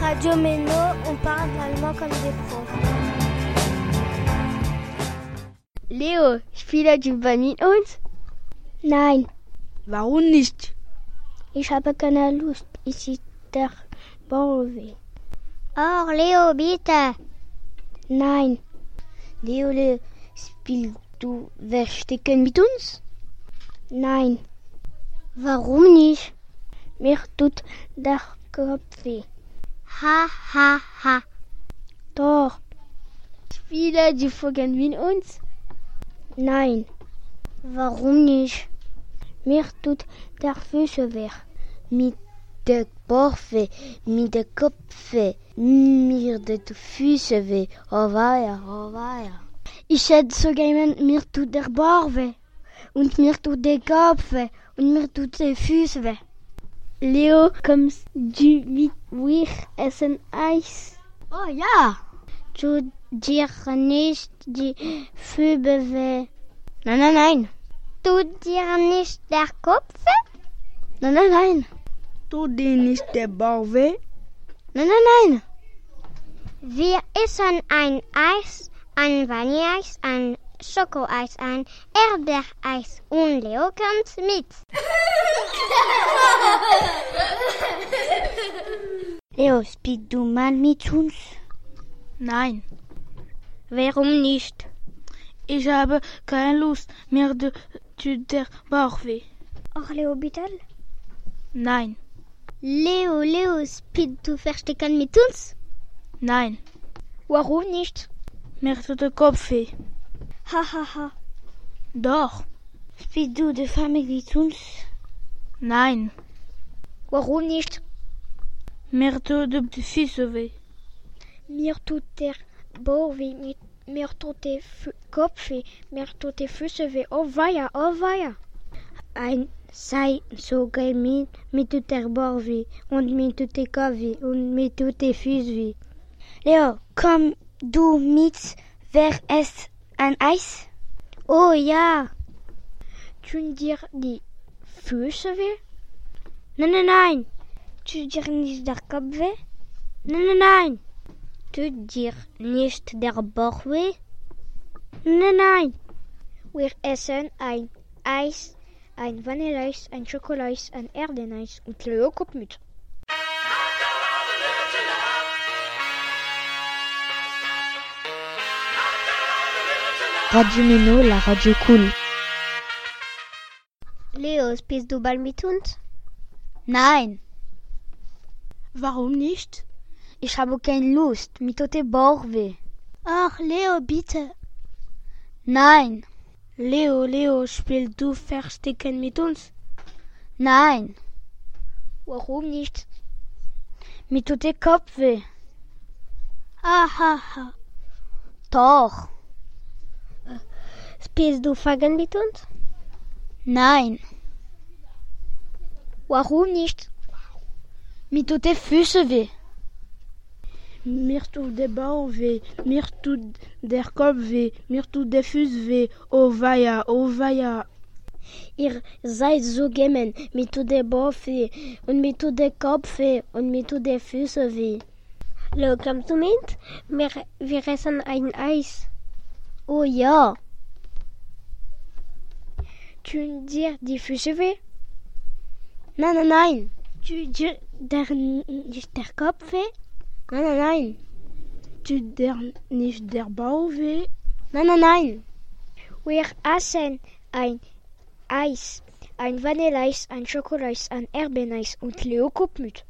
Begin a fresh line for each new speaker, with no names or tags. Radio Méno, on parle allemand comme des pros.
Leo, spielst du bei mit uns?
Nein.
Warum nicht?
Ich habe keine Lust. Ich ist der Bauweh.
Oh, Leo, bitte.
Nein.
Leo, Leo, spielst du Verstecken mit uns?
Nein.
Warum nicht?
Mir tut der Kopf weh.
Ha, ha, ha.
Doch.
Spiele die Vogel mit uns?
Nein.
Warum nicht?
Mir tut der Füße weh.
Mit der Porfe, mit der Kopfe, mir der Füße weh. Oh weia, oh weia.
Ich hätte so gerne mir tut der Bauch weh. Und mir tut der Kopf weh. Und mir tut der Füße weh.
Leo, kommst du mit mir essen Eis?
Oh ja!
Du dir nicht die Fübe weh.
Nein, nein, nein.
Du dir nicht der Kopf weh?
Nein, nein, nein.
Du dir nicht der Bauch weh?
Nein, nein, nein.
Wir essen ein Eis, ein Vanilleeis, ein Schokoeis, ein Erdbeereis und Leo kommt mit.
Leo, spielst du mal mit uns?
Nein.
Warum nicht?
Ich habe keine Lust mehr zu de, der Bauchweh.
Auch Leo, bitte?
Nein.
Leo, Leo, spielst du Verstecken mit uns?
Nein.
Warum nicht?
Mir tut der Kopf weh.
Hahaha. Ha, ha.
Doch.
Spielst du die Familie mit uns?
Nein.
Warum nicht?
Mir tut die Füße weh.
Mir tut der Bauch weh. Mir tut der Kopf weh. Mir tut die Füße weh. Oh weia, oh weia.
Ein sei so geil mit, mit tut der Bauch weh. Und mit tut der Kopf weh. Und mit tut der Füße weh. Leo, komm du mit. Wer ist ein Eis?
Oh ja. Tun dir die Füße weh?
Nein, nein, nein.
Tut dir nicht der Kopf weh?
Nein, nein, nein. Tut dir nicht der Bauch weh?
Nein, nein. Wir essen ein Eis, ein Vanilleeis, ein Schokoleis, ein Erdeneis und Leo kommt mit.
Radio Meno, la radio cool.
Leo, spielst du Ball mit uns?
Nein.
Warum nicht?
Ich habe keine Lust, mit Tote Borwe.
Ach, Leo, bitte.
Nein.
Leo, Leo, spielst du Verstecken mit uns?
Nein.
Warum nicht?
Mit Tote Kopfweh.
Ahaha. Ah.
Doch.
Spielst du Fagen mit uns?
Nein.
Warum nicht?
Mir tut die Füße weh.
Mir tut der Bauch weh, mir tut der Kopf weh, mir tut der Füße weh. Oh weia, oh weia.
Ihr seid so gemein, mir tut der Bauch weh und mir tut der Kopf weh und mir tut der Füße weh. Leo, kommst du mit? Wir, wir essen ein Eis.
Oh ja.
Tu dir die Füße weh?
Nein, nein, nein.
Tu dir der, nicht der Kopf weh?
Nein, nein, nein.
Tu dir nicht der Bauch weh?
Nein, nein, nein.
Wir essen ein Eis, ein Vanilleeis, ein Schokoleis, ein Erbeneis und Leo kommt mit.